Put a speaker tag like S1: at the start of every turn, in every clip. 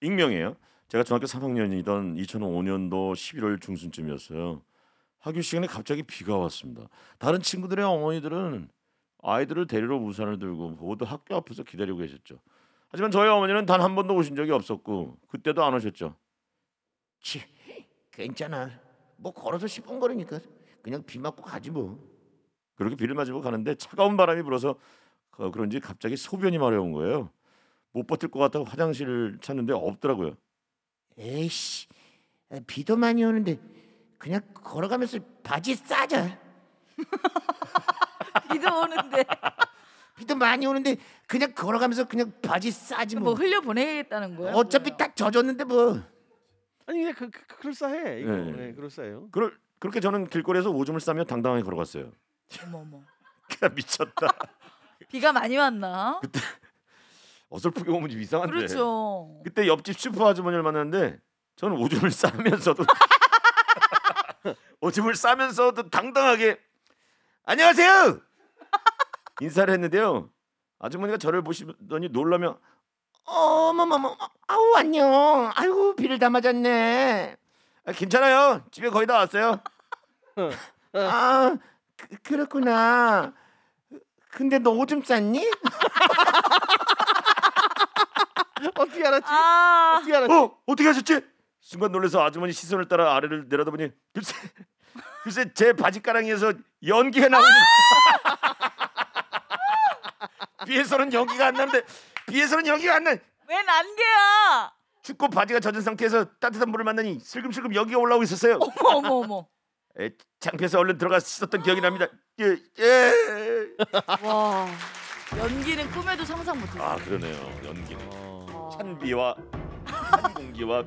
S1: 익명이에요. 제가 중학교 3학년이던 2005년도 11월 중순쯤이었어요. 학교 시간에 갑자기 비가 왔습니다. 다른 친구들의 어머니들은 아이들을 데리러 우산을 들고 모두 학교 앞에서 기다리고 계셨죠. 하지만 저희 어머니는 단 한 번도 오신 적이 없었고 그때도 안 오셨죠. 치, 괜찮아. 뭐 걸어서 10분 거리니까 그냥 비 맞고 가지 뭐. 그렇게 비를 맞으고 가는데 차가운 바람이 불어서 어, 그런지 갑자기 소변이 마려운 거예요. 못 버틸 것 같다고 화장실을 찾는데 없더라고요. 에이씨, 비도 많이 오는데 그냥 걸어가면서 바지 싸자.
S2: 비도 오는데
S1: 비도 많이 오는데 그냥 걸어가면서 그냥 바지 싸지
S2: 뭐 흘려 보내겠다는 거야?
S1: 딱 젖었는데 뭐.
S3: 아니 그냥 그, 그, 그럴싸해. 이거
S1: 네.
S3: 네. 그럴싸해요.
S1: 그럴 그렇게 저는 길거리에서 오줌을 싸며 당당하게 걸어갔어요.
S2: 어머 어머.
S1: 미쳤다.
S2: 비가 많이 왔나?
S1: 어설프게 오면 좀 이상한데.
S2: 그렇죠.
S1: 그때 옆집 슈퍼 아주머니를 만났는데 저는 오줌을 싸면서도 오줌을 싸면서도 당당하게 안녕하세요 인사를 했는데요. 아주머니가 저를 보시더니 놀라며 어머머머 아우 안녕 아이고 비를 다 맞았네 아, 괜찮아요 집에 거의 다 왔어요 아 그, 그렇구나 근데 너 오줌 쌌니?
S3: 어떻게 알았지?
S2: 아
S3: 어떻게 알았지?
S1: 어 어떻게 하셨지? 순간 놀라서 아주머니 시선을 따라 아래를 내려다보니 글쎄 글쎄 제 바지가랑이에서 연기가 나오는 비에서는 연기가 안 나는데 비에서는 연기가 안 나.
S2: 웬 안개야?
S1: 춥고 바지가 젖은 상태에서 따뜻한 물을 만나니 슬금슬금 연기가 올라오고 있었어요.
S2: 어머 어머 어머.
S1: 에, 창피해서 얼른 들어가 씻었던 기억이 납니다. 예 예.
S2: 와 연기는 꿈에도 상상 못했어.
S1: 아 그러네요 연기는
S3: 어.
S2: 와.
S1: 찬 비와 찬 공기와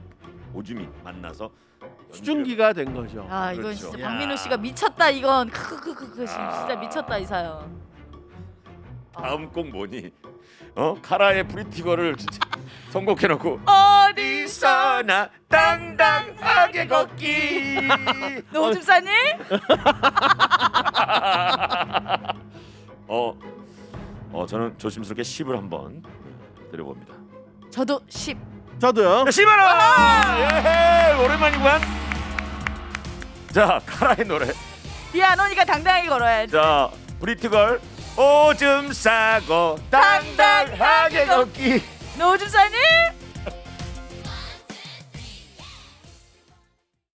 S1: 오줌이 만나서 연기를-
S3: 수증기가 된 거죠.
S2: 아 이건
S1: 그렇죠.
S2: 진짜
S1: 야. 아.
S2: 박민호 씨가 미쳤다 이건 크크크크크 진짜 미쳤다 이 사연.
S1: 다음 곡 뭐니? 어 카라의 프리티거를 진짜 선곡해놓고
S2: 어디서
S1: 있어나 당당하게 걷기
S2: 너 오줌 싸니?
S1: 어, 어 저는 조심스럽게 10을 한번 네, 드려봅니다
S2: 저도 10.
S3: 저도요.
S1: 10만원! 예, 오랜만이구만 자 카라의 노래
S2: 비아노니까 당당히 걸어야지.
S1: 자 프리티걸 오줌 싸고 당당하게 걷기
S2: 너 오줌 싸니?